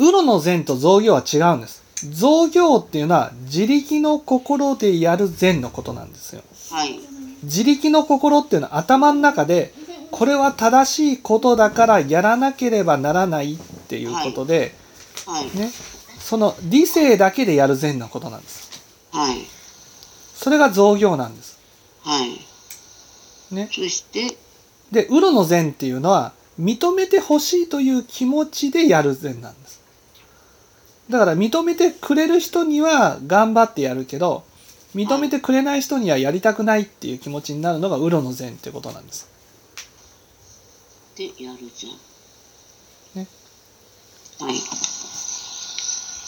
ウロの善と造業は違うんです。造業っていうのは自力の心でやる善のことなんですよ。はい。自力の心っていうのは頭の中でこれは正しいことだからやらなければならないっていうことで、はい。ね、その理性だけでやる善のことなんです。はい。それが造業なんです。はい。ね、そして、で、ウロの善っていうのは、認めてほしいという気持ちでやる善なんです。だから、認めてくれる人には頑張ってやるけど、認めてくれない人にはやりたくないっていう気持ちになるのがウロの善っていうことなんです。で、やるじゃん。ね。はい。